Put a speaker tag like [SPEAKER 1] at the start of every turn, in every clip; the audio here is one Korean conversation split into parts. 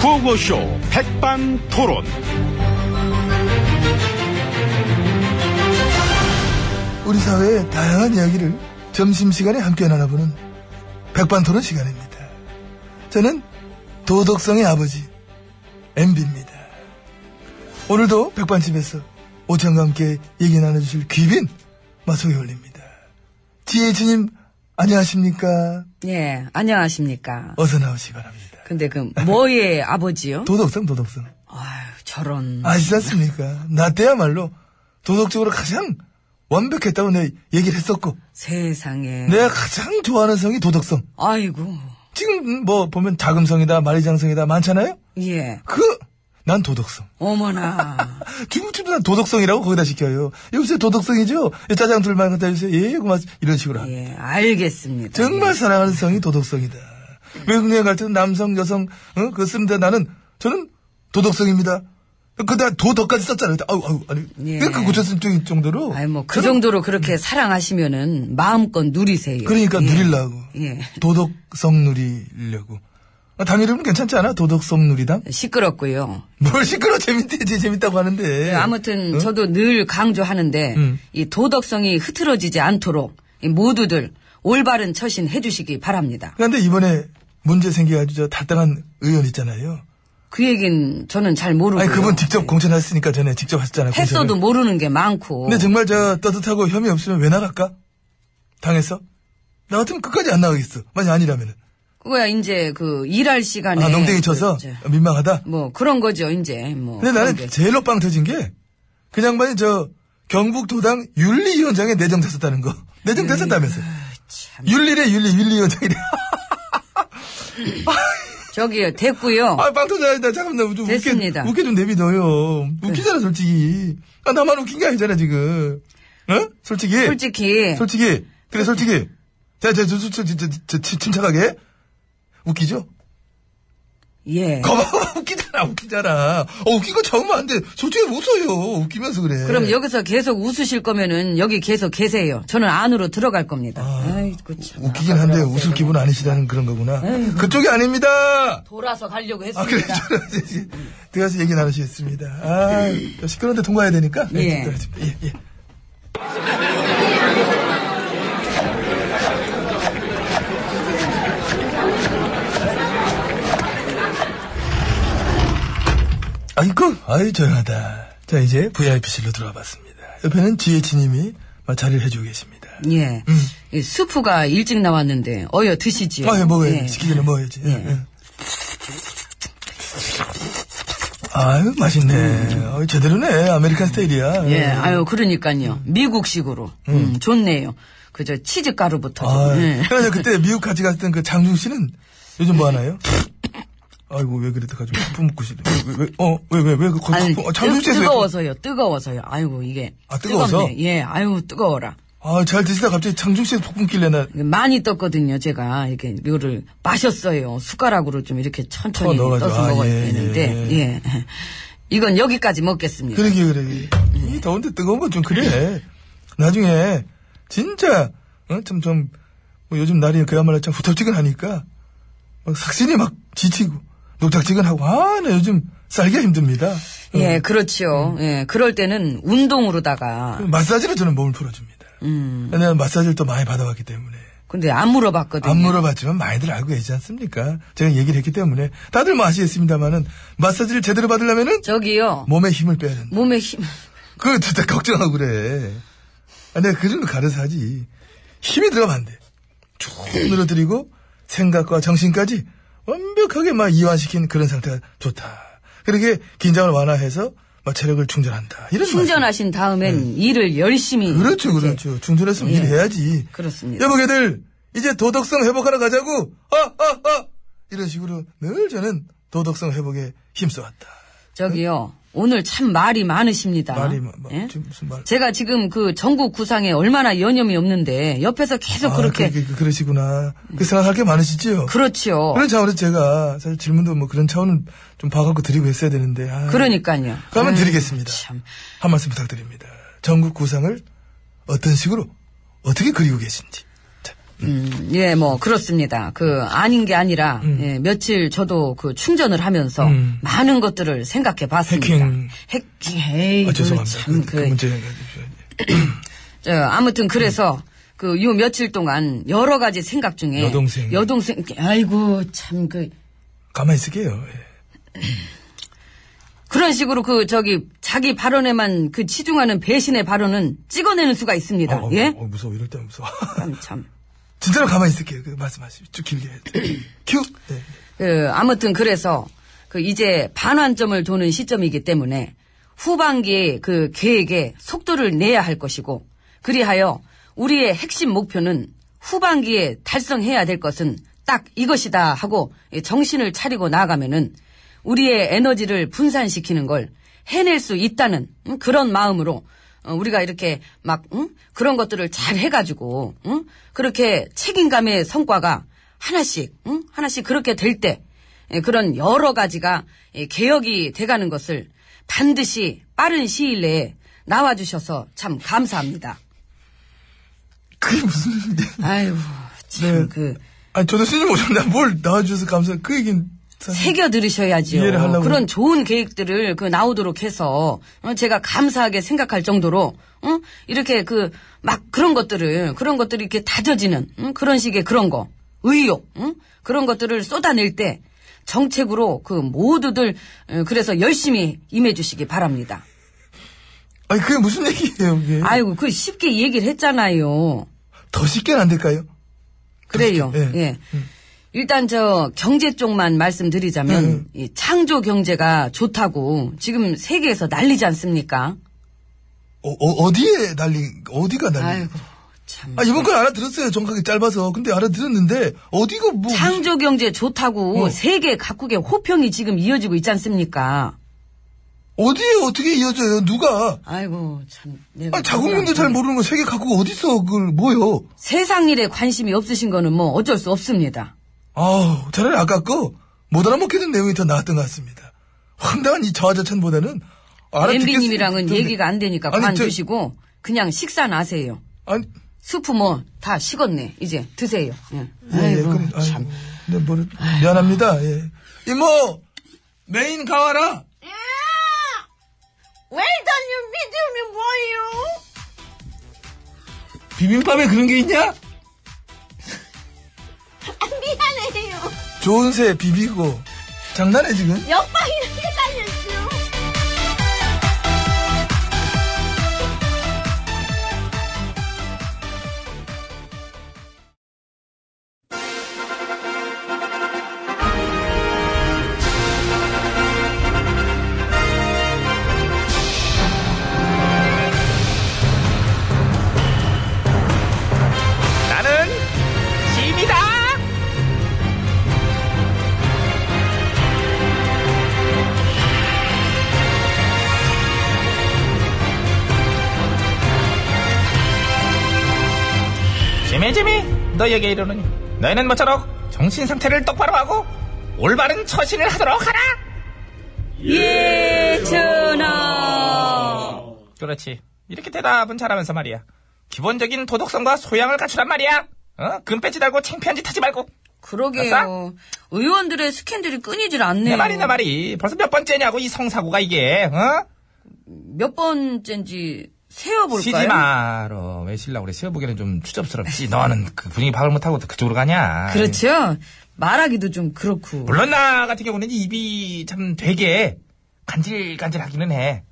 [SPEAKER 1] 구호쇼 백반토론.
[SPEAKER 2] 우리 사회의 다양한 이야기를 점심시간에 함께 나눠보는 백반토론 시간입니다. 저는 도덕성의 아버지 MB입니다. 오늘도 백반집에서 오찬과 함께 얘기 나눠주실 귀빈 마소에 올립니다. GH님 안녕하십니까?
[SPEAKER 3] 예, 안녕하십니까.
[SPEAKER 2] 어서 나오시기 바랍니다.
[SPEAKER 3] 근데 그 뭐의 아버지요?
[SPEAKER 2] 도덕성 도덕성
[SPEAKER 3] 아유, 저런.
[SPEAKER 2] 아시지 않습니까? 나 때야말로 도덕적으로 가장 완벽했다고 내 얘기를 했었고
[SPEAKER 3] 세상에.
[SPEAKER 2] 내가 가장 좋아하는 성이 도덕성
[SPEAKER 3] 아이고.
[SPEAKER 2] 지금 뭐 보면 자금성이다 마리장성이다 많잖아요
[SPEAKER 3] 예.
[SPEAKER 2] 그 난 도덕성
[SPEAKER 3] 어머나.
[SPEAKER 2] 중국집도 난 도덕성이라고 거기다 시켜요 여보세요 도덕성이죠 이 짜장 둘만 갖다 주세요 예 고맙습니다 이런 식으로 합니다.
[SPEAKER 3] 예, 알겠습니다.
[SPEAKER 2] 정말 사랑하는 성이 도덕성이다
[SPEAKER 3] 예.
[SPEAKER 2] 외국 여행 갈 때는 남성 여성 어? 그거 쓰는데 나는 저는 도덕성입니다 그다 도덕까지 썼잖아요 아우 아우 아니
[SPEAKER 3] 예.
[SPEAKER 2] 그 고쳤을 정도로
[SPEAKER 3] 아이, 뭐, 그
[SPEAKER 2] 저는
[SPEAKER 3] 정도로 그렇게 사랑하시면은 마음껏 누리세요.
[SPEAKER 2] 그러니까
[SPEAKER 3] 예.
[SPEAKER 2] 누리려고.
[SPEAKER 3] 예.
[SPEAKER 2] 도덕성 누리려고. 아, 당 이름은 괜찮지 않아? 도덕성 누리당?
[SPEAKER 3] 시끄럽고요.
[SPEAKER 2] 뭘 시끄러 재밌대, 제 재밌다고 하는데.
[SPEAKER 3] 네,
[SPEAKER 2] 어?
[SPEAKER 3] 아무튼
[SPEAKER 2] 네. 응?
[SPEAKER 3] 저도 늘 강조하는데
[SPEAKER 2] 음.
[SPEAKER 3] 이 도덕성이 흐트러지지 않도록 이 모두들 올바른 처신 해주시기 바랍니다.
[SPEAKER 2] 그런데 이번에 문제 생겨가지고 저 탈당한 의원 있잖아요.
[SPEAKER 3] 그 얘긴 저는 잘 모르고.
[SPEAKER 2] 아니, 그분
[SPEAKER 3] 네.
[SPEAKER 2] 직접 공천했으니까 전에 직접 하셨잖아요. 공천을.
[SPEAKER 3] 했어도 뭐- 모르는 게 많고.
[SPEAKER 2] 근데 정말 저 떳떳하고 혐의 없으면 왜 나갈까? 당했어? 나 같으면 끝까지 안 나가겠어. 만약 아니라면은.
[SPEAKER 3] 그거야 이제 그 일할 시간에
[SPEAKER 2] 아, 농땡이 쳐서
[SPEAKER 3] 그, 저,
[SPEAKER 2] 민망하다?
[SPEAKER 3] 뭐 그런 거죠 이제 뭐
[SPEAKER 2] 근데 나는
[SPEAKER 3] 그런 게.
[SPEAKER 2] 제일로 빵 터진 게, 그 양반이 저, 경북도당 윤리위원장에 내정됐었다는 거. 내정됐었다면서.
[SPEAKER 3] 아, 참.
[SPEAKER 2] 윤리래, 윤리, 윤리위원장이래.
[SPEAKER 3] 저기 됐고요
[SPEAKER 2] 아, 빵 터져야 돼. 잠깐만, 나좀 웃게,
[SPEAKER 3] 어. 됐습니다.
[SPEAKER 2] 웃게 좀 내비둬요. 웃기잖아, 솔직히. 아, 나만 웃긴 게 아니잖아, 지금. 어? 솔직히.
[SPEAKER 3] 솔직히
[SPEAKER 2] 솔직히. 그래, 솔직히. 자, 자, 저, 저, 저, 저, 저, 저, 치- 침착하게. 웃기죠?
[SPEAKER 3] 예
[SPEAKER 2] 거봐, 웃기잖아, 웃기잖아. 어, 웃긴 거 처음 봤는데, 솔직히 웃어요. 웃기면서 그래.
[SPEAKER 3] 그럼 여기서 계속 웃으실 거면은 여기 계속 계세요 저는 안으로 들어갈 겁니다 아, 이고 참.
[SPEAKER 2] 웃기긴 한데 웃을 기분 아니시다는 그런 거구나. 그쪽이 아닙니다.
[SPEAKER 3] 돌아서 가려고
[SPEAKER 2] 아 그래
[SPEAKER 3] 했습니다
[SPEAKER 2] 저는 이제 들어가서 얘기 나누시겠습니다. 아 시끄러운데 통과해야 되니까. 네,
[SPEAKER 3] 예.
[SPEAKER 2] 들어가십니다. 예, 예. 아이고, 아이 조용하다. 자 이제 VIP실로 들어와 봤습니다. 옆에는 GH님이 자리를 해주고 계십니다.
[SPEAKER 3] 예 이 수프가 일찍 나왔는데 어여 드시지요
[SPEAKER 2] 음. 아, 예, 먹어야지.
[SPEAKER 3] 예.
[SPEAKER 2] 시키기는 먹어야지. 예, 예. 아유, 맛있네. 어이, 제대로네. 아메리칸 스타일이야.
[SPEAKER 3] 음. 예, 아유 그러니까요 미국식으로 음, 좋네요 그저 치즈 가루부터 좀.
[SPEAKER 2] 아,
[SPEAKER 3] 예.
[SPEAKER 2] 그래서 그때 미국 같이 갔던 그 장중 씨는 요즘 뭐 하나요? 아이고, 왜 그랬다가지고 거품 먹고 싶어. 왜, 왜, 어, 왜, 왜, 왜, 그 거품,
[SPEAKER 3] 아니,
[SPEAKER 2] 어, 장중
[SPEAKER 3] 뜨,
[SPEAKER 2] 씨에서.
[SPEAKER 3] 뜨거워서요, 뜨거워서요. 아이고, 이게.
[SPEAKER 2] 아, 뜨거워서?
[SPEAKER 3] 뜨겁네. 예, 아유, 뜨거워라.
[SPEAKER 2] 아, 잘 드시다 갑자기 장중 씨에서 폭풍 끼려나.
[SPEAKER 3] 많이 떴거든요, 제가. 이렇게, 요를 마셨어요. 숟가락으로 좀 이렇게 천천히
[SPEAKER 2] 어, 넣어가지고.
[SPEAKER 3] 떠서
[SPEAKER 2] 아,
[SPEAKER 3] 먹어야
[SPEAKER 2] 예,
[SPEAKER 3] 되는데,
[SPEAKER 2] 예.
[SPEAKER 3] 예. 이건 여기까지 먹겠습니다.
[SPEAKER 2] 그러게, 그러게. 이 더운데 뜨거운 건 좀 그래. 나중에, 진짜, 어, 좀, 좀, 뭐 요즘 날이 그야말로 참 후텁지근하니까, 막 삭신이 막 지치고, 녹작지근하고, 아, 나 요즘 살기가 힘듭니다. 어,
[SPEAKER 3] 예, 그렇죠. 예, 그럴 때는 운동으로다가.
[SPEAKER 2] 마사지로 저는 몸을 풀어줍니다.
[SPEAKER 3] 음.
[SPEAKER 2] 왜냐면 마사지를 또 많이 받아왔기 때문에.
[SPEAKER 3] 근데 안 물어봤거든요.
[SPEAKER 2] 안 물어봤지만 많이들 알고 계시지 않습니까? 제가 얘기를 했기 때문에. 다들 뭐 아시겠습니다만은, 마사지를 제대로 받으려면은,
[SPEAKER 3] 저기요.
[SPEAKER 2] 몸에 힘을 빼야 된다.
[SPEAKER 3] 몸에 힘.
[SPEAKER 2] 그, 진짜 걱정하고 그래. 아, 내가 그 정도 가려서 하지. 힘이 들어가면 안 돼. 쭉 늘어뜨리고, 생각과 정신까지 완벽하게 막 이완시킨 그런 상태가 좋다. 그렇게 긴장을 완화해서 막 체력을 충전한다. 이런
[SPEAKER 3] 충전하신 다음엔 일을 열심히.
[SPEAKER 2] 말씀. 그렇죠,
[SPEAKER 3] 이제
[SPEAKER 2] 그렇죠. 충전했으면
[SPEAKER 3] 예.
[SPEAKER 2] 일해야지.
[SPEAKER 3] 그렇습니다.
[SPEAKER 2] 여보게들, 이제 도덕성 회복하러 가자고! 어, 어, 어! 이런 식으로 늘 저는 도덕성 회복에 힘써왔다.
[SPEAKER 3] 저기요. 오늘 참 말이 많으십니다.
[SPEAKER 2] 말이, 뭐, 뭐,
[SPEAKER 3] 예?
[SPEAKER 2] 지금 무슨 말.
[SPEAKER 3] 제가 지금 그 전국 구상에 얼마나 여념이 없는데 옆에서 계속
[SPEAKER 2] 아,
[SPEAKER 3] 그렇게
[SPEAKER 2] 그렇게, 그- 그러시구나. 그 생각할 게 많으시지요?
[SPEAKER 3] 그렇죠.
[SPEAKER 2] 그런 차원에서 제가 사실 질문도 뭐 그런 차원은 좀 봐갖고 드리고 했어야 되는데. 아,
[SPEAKER 3] 그러니까요.
[SPEAKER 2] 그러면
[SPEAKER 3] 아유,
[SPEAKER 2] 드리겠습니다.
[SPEAKER 3] 참.
[SPEAKER 2] 한 말씀 부탁드립니다. 전국 구상을 어떤 식으로 어떻게 그리고 계신지. 아, 자,
[SPEAKER 3] 음, 예, 뭐, 그렇습니다. 그, 아닌 게 아니라, 예, 며칠 저도 그 충전을 하면서
[SPEAKER 2] 음.
[SPEAKER 3] 많은 것들을 생각해 봤습니다.
[SPEAKER 2] 해킹.
[SPEAKER 3] 해킹, 에이,
[SPEAKER 2] 아,
[SPEAKER 3] 그
[SPEAKER 2] 죄송합니다.
[SPEAKER 3] 참,
[SPEAKER 2] 그,
[SPEAKER 3] 그,
[SPEAKER 2] 그 문제.
[SPEAKER 3] 저, 아무튼 그래서, 그, 요 며칠 동안 여러 가지 생각 중에.
[SPEAKER 2] 음. 여동생.
[SPEAKER 3] 여동생, 아이고, 참, 그,
[SPEAKER 2] 가만히 있을게요. 예.
[SPEAKER 3] 그런 식으로 그, 저기, 자기 발언에만 그 치중하는 배신의 발언은 찍어내는 수가 있습니다.
[SPEAKER 2] 어, 어,
[SPEAKER 3] 예?
[SPEAKER 2] 어, 무서워. 이럴 때 무서워.
[SPEAKER 3] 참, 참.
[SPEAKER 2] 진짜로 가만히 있을게요. 그 말씀하시죠. 쭉 길게. 큐. 네.
[SPEAKER 3] 그, 아무튼 그래서, 그, 이제 반환점을 도는 시점이기 때문에 후반기에 그 계획에 속도를 내야 할 것이고, 그리하여 우리의 핵심 목표는 후반기에 달성해야 될 것은 딱 이것이다 하고 정신을 차리고 나아가면은 우리의 에너지를 분산시키는 걸 해낼 수 있다는 음, 그런 마음으로 어, 우리가 이렇게 막 응? 그런 것들을 잘 해가지고 응? 그렇게 책임감의 성과가 하나씩 응? 하나씩 그렇게 될 때 예, 그런 여러 가지가 예, 개혁이 돼가는 것을 반드시 빠른 시일 내에 나와주셔서 참 감사합니다.
[SPEAKER 2] 그게 무슨. 네.
[SPEAKER 3] 아유
[SPEAKER 2] 네.
[SPEAKER 3] 참그
[SPEAKER 2] 아니, 저도 스님 오셨는데 뭘 나와주셔서 감사해요. 그 얘기는. 사실-
[SPEAKER 3] 새겨 들으셔야지요.
[SPEAKER 2] 이해를 하려고
[SPEAKER 3] 그런 좋은 계획들을 그 나오도록 해서 어, 제가 감사하게 생각할 정도로 응? 이렇게 그 막 그런 것들을 그런 것들이 이렇게 다져지는 응? 그런 식의 그런 거 의욕 응? 그런 것들을 쏟아낼 때 정책으로 그 모두들 어, 그래서 열심히 임해주시기 바랍니다.
[SPEAKER 2] 아니, 그게 무슨 얘기예요, 그게.
[SPEAKER 3] 아이고 그 쉽게 얘기를 했잖아요.
[SPEAKER 2] 더 쉽게는 안 될까요?
[SPEAKER 3] 그래요.
[SPEAKER 2] 예.
[SPEAKER 3] 예. 일단 저 경제 쪽만 말씀드리자면
[SPEAKER 2] 음.
[SPEAKER 3] 이 창조 경제가 좋다고 지금 세계에서 난리지 않습니까?
[SPEAKER 2] 어, 어, 디에 날린, 어디가 날린.
[SPEAKER 3] 아이고 참.
[SPEAKER 2] 아, 이번 건 알아들었어요. 정확하게 짧아서. 근데 알아들었는데, 어디가 뭐.
[SPEAKER 3] 창조 경제 좋다고
[SPEAKER 2] 어.
[SPEAKER 3] 세계 각국의 호평이 지금 이어지고 있지 않습니까?
[SPEAKER 2] 어디에 어떻게 이어져요? 누가?
[SPEAKER 3] 아이고 참. 내가
[SPEAKER 2] 아,
[SPEAKER 3] 네.
[SPEAKER 2] 자국민도 잘 모르는 거 세계 각국 어디서 그걸 뭐요?
[SPEAKER 3] 세상 일에 관심이 없으신 거는 뭐 어쩔 수 없습니다.
[SPEAKER 2] 아우, 차라리 아까 거 못 알아먹게 된 내용이 더 나았던 것 같습니다. 황당한 이 저하자찬보다는 네. 알아듣겠-
[SPEAKER 3] 엠비님이랑은
[SPEAKER 2] 근데-
[SPEAKER 3] 얘기가 안 되니까
[SPEAKER 2] 아니, 저-
[SPEAKER 3] 관두시고 그냥 식사 나세요.
[SPEAKER 2] 아니,
[SPEAKER 3] 수프 뭐 다 식었네. 이제 드세요. 예.
[SPEAKER 2] 예, 예, 그럼, 아이고, 네, 뭐를, 미안합니다. 예. 이모! 메인 가와라!
[SPEAKER 4] 아! 웰던님 미디움이 뭐예요?
[SPEAKER 2] 비빔밥에 그런 게 있냐?
[SPEAKER 4] 아, 미안해요.
[SPEAKER 2] 좋은 새 비비고. 장난해, 지금?
[SPEAKER 4] 옆방이 이렇게 달렸어요.
[SPEAKER 1] 나는 짐이다. 짐이 짐이 너에게 이르노니 너희는 모처럼 정신 상태를 똑바로 하고 올바른 처신을 하도록 하라.
[SPEAKER 3] 예, 전하.
[SPEAKER 1] 아. 그렇지. 이렇게 대답은 잘하면서 말이야. 기본적인 도덕성과 소양을 갖추란 말이야. 어? 금배지 달고 창피한 짓 하지 말고.
[SPEAKER 3] 그러게요.
[SPEAKER 1] 아싸?
[SPEAKER 3] 의원들의 스캔들이 끊이질 않네요.
[SPEAKER 1] 내 말이 내 말이. 벌써 몇 번째냐고 이 성사고가 이게. 어?
[SPEAKER 3] 몇 번째인지 세어볼까요?
[SPEAKER 1] 쉬지 마로. 왜 쉬려고 그래. 쉬어보기에는 좀 추접스럽지. 너는 그 분위기 파악을 못하고 그쪽으로 가냐.
[SPEAKER 3] 그렇죠. 말하기도 좀 그렇고.
[SPEAKER 1] 물론 나 같은 경우는 입이 참 되게 간질간질하기는 해.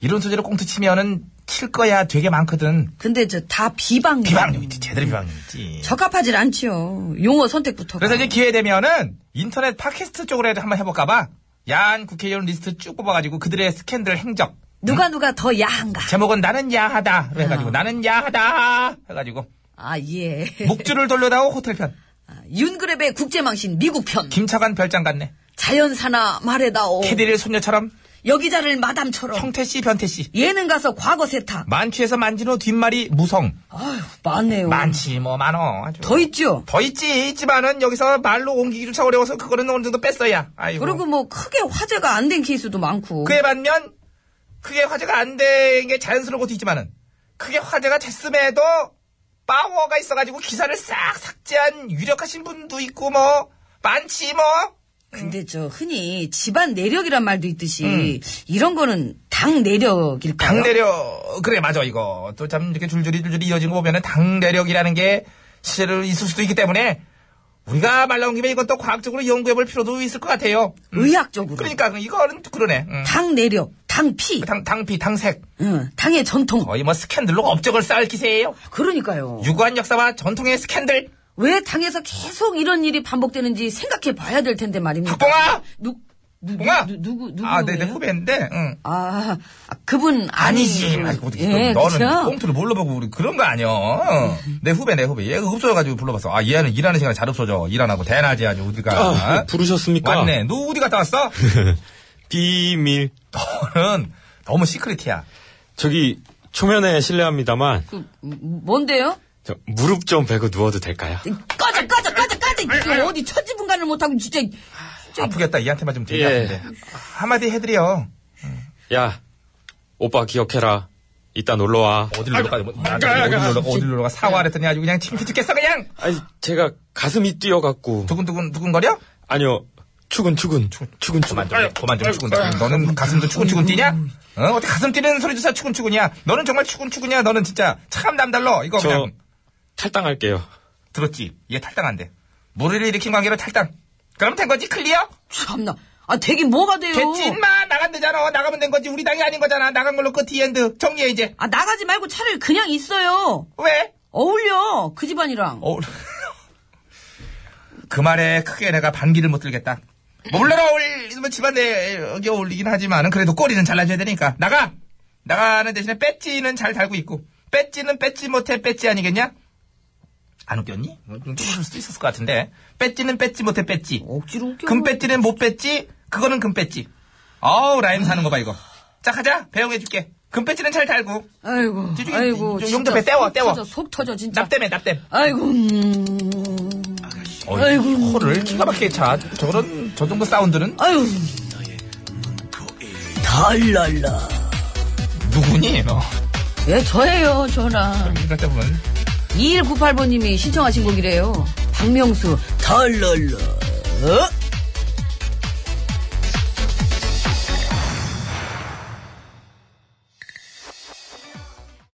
[SPEAKER 1] 이런 소재로 꽁트 치면은 칠 거야 되게 많거든.
[SPEAKER 3] 근데 저 다 비방.
[SPEAKER 1] 비방용이지. 제대로 비방용이지.
[SPEAKER 3] 적합하질 않지요. 용어 선택부터.
[SPEAKER 1] 그래서 이제 기회 되면은 인터넷 팟캐스트 쪽으로 한번 해볼까봐 야한 국회의원 리스트 쭉 뽑아가지고 그들의 스캔들 행적
[SPEAKER 3] 누가 누가 더 야한가.
[SPEAKER 1] 제목은 나는 야하다로 해가지고
[SPEAKER 3] 아.
[SPEAKER 1] 나는 야하다 해가지고
[SPEAKER 3] 아 예.
[SPEAKER 1] 목줄을 돌려다오 호텔편
[SPEAKER 3] 아, 윤그랩의 국제망신 미국편.
[SPEAKER 1] 김차관 별장 같네
[SPEAKER 3] 자연사나 말해다오.
[SPEAKER 1] 캐디를 손녀처럼
[SPEAKER 3] 여기자를 마담처럼.
[SPEAKER 1] 형태씨 변태씨
[SPEAKER 3] 예능 가서 과거 세탁.
[SPEAKER 1] 만취에서 만진호 뒷말이 무성
[SPEAKER 3] 아유 많네요.
[SPEAKER 1] 많지 뭐 많어 아주
[SPEAKER 3] 더 있죠.
[SPEAKER 1] 더 있지 있지만은 여기서 말로 옮기기조차 어려워서 그거는 어느 정도 뺐어야 아이고
[SPEAKER 3] 그리고 뭐 크게 화제가 안 된 케이스도 많고.
[SPEAKER 1] 그에 반면 크게 화제가 안 된 게 자연스러운 것도 있지만은 크게 화제가 됐음에도
[SPEAKER 2] 파워가 있어가지고 기사를 싹 삭제한 유력하신 분도 있고 뭐 많지 뭐.
[SPEAKER 3] 근데 저 흔히 집안 내력이란 말도 있듯이 이런 거는 당 내력일까요?
[SPEAKER 2] 음. 당내력 그래 맞아 이거 또 참 이렇게 줄줄이 줄줄이 이어진 거 보면은 당내력이라는 게 실제로 있을 수도 있기 때문에 우리가 말 나온 김에 이건 또 과학적으로 연구해볼 필요도 있을 것 같아요. 음.
[SPEAKER 3] 의학적으로
[SPEAKER 2] 그러니까 이거는 그러네. 음.
[SPEAKER 3] 당 내력, 당 피,
[SPEAKER 2] 당 당피 당색
[SPEAKER 3] 응, 당의 전통.
[SPEAKER 2] 거의 뭐 스캔들로 업적을 쌓을 기세예요.
[SPEAKER 3] 그러니까요.
[SPEAKER 2] 유구한 역사와 전통의 스캔들.
[SPEAKER 3] 왜 당에서 계속 이런 일이 반복되는지 생각해 봐야 될 텐데 말입니다.
[SPEAKER 2] 박봉아!
[SPEAKER 3] 누, 누,
[SPEAKER 2] 봉아!
[SPEAKER 3] 누, 누구 누구
[SPEAKER 2] 아, 네, 내 후배인데. 음. 응.
[SPEAKER 3] 아, 아, 그분
[SPEAKER 2] 아니지.
[SPEAKER 3] 아니-
[SPEAKER 2] 아이고, 어떻게
[SPEAKER 3] 예,
[SPEAKER 2] 또 너는
[SPEAKER 3] 그쵸?
[SPEAKER 2] 꽁트를 뭘로 보고 우리 그런 거 아니야. 내 후배, 내 후배. 얘가 흡수해가지고 불러봤어. 아, 얘는 일하는 시간에 잘 흡수죠. 일 안 하고 대낮에 아주 어디 가.
[SPEAKER 5] 아, 부르셨습니까?
[SPEAKER 2] 왔네. 너 어디 갔다 왔어?
[SPEAKER 5] 비밀.
[SPEAKER 2] 너는 너무 시크릿이야.
[SPEAKER 5] 저기 초면에 실례합니다만
[SPEAKER 3] 그, 음, 뭔데요?
[SPEAKER 5] 저 무릎 좀 베고 누워도 될까요?
[SPEAKER 3] 꺼져 꺼져 꺼져 꺼져 이거 어디 천지분간을 못하고 진짜
[SPEAKER 2] 아프겠다. 얘한테만 좀 되게
[SPEAKER 5] 예.
[SPEAKER 2] 아픈데. 한마디 해드려.
[SPEAKER 5] 야, 오빠 기억해라. 이따 놀러 와.
[SPEAKER 2] 어딜 놀러 가. 어딜 놀러 가. 어딜 놀러 가. 사과했더니 아주 그냥 침피 죽겠어 그냥.
[SPEAKER 5] 아니 제가 가슴이 뛰어갖고
[SPEAKER 2] 두근두근 두근거려?
[SPEAKER 5] 아니요 추근 추근 추근
[SPEAKER 2] 그만
[SPEAKER 5] 추근.
[SPEAKER 2] 좀, 그만 좀 추근다. 너는 가슴도 추근추근 뛰냐? 어? 어떻게 가슴 뛰는 소리조차 추근추근이야? 너는 정말 추근추근이야? 너는 진짜 참 남달러. 이거
[SPEAKER 5] 저
[SPEAKER 2] 그냥
[SPEAKER 5] 탈당할게요.
[SPEAKER 2] 들었지? 얘 탈당한대. 무리를 일으킨 관계로 탈당. 그럼 된 거지? 클리어?
[SPEAKER 3] 참나. 아 되긴 뭐가 돼요?
[SPEAKER 2] 됐지? 인마 나간대잖아. 나가면 된 거지. 우리 당이 아닌 거잖아. 나간 걸로 끝. 디엔드. 정리해 이제.
[SPEAKER 3] 아 나가지 말고 차라리 그냥 있어요.
[SPEAKER 2] 왜?
[SPEAKER 3] 어울려 그 집안이랑.
[SPEAKER 2] 어. 그 말에 크게 내가 반기를 못 들겠다. 물론 어울, 뭐 집안에 어울리긴 하지만은 그래도 꼬리는 잘라줘야 되니까 나가 나가는 대신에 배지는 잘 달고 있고 배지는 배지 못해 배지 아니겠냐? 안 웃겼니? 어, 좀 웃을 수도 있었을 것 같은데 배지는 배지 못해 배지
[SPEAKER 3] 억지로 웃겨.
[SPEAKER 2] 금 배지는 못 배지 그거는 금 배지 어우 라임 사는 거 봐 이거 자 가자 배웅해줄게 금 배지는 잘 달고
[SPEAKER 3] 아이고.
[SPEAKER 2] 뒤쪽에
[SPEAKER 3] 아이고.
[SPEAKER 2] 좀
[SPEAKER 3] 진짜
[SPEAKER 2] 용접해, 떼워,
[SPEAKER 3] 속
[SPEAKER 2] 떼워.
[SPEAKER 3] 터져, 속 터져 진짜.
[SPEAKER 2] 납땜해 납땜
[SPEAKER 3] 아이고. 음. 아이고.
[SPEAKER 2] 코를 기가 막히게 차 저런 저 정도 사운드는
[SPEAKER 3] 아유. 달랄라.
[SPEAKER 2] 누구니
[SPEAKER 1] 뭐,
[SPEAKER 2] 너
[SPEAKER 3] 예, 저예요, 전화.
[SPEAKER 2] 생각해 보면
[SPEAKER 3] 2198번님이 신청하신 곡이래요. 박명수, 달랄라.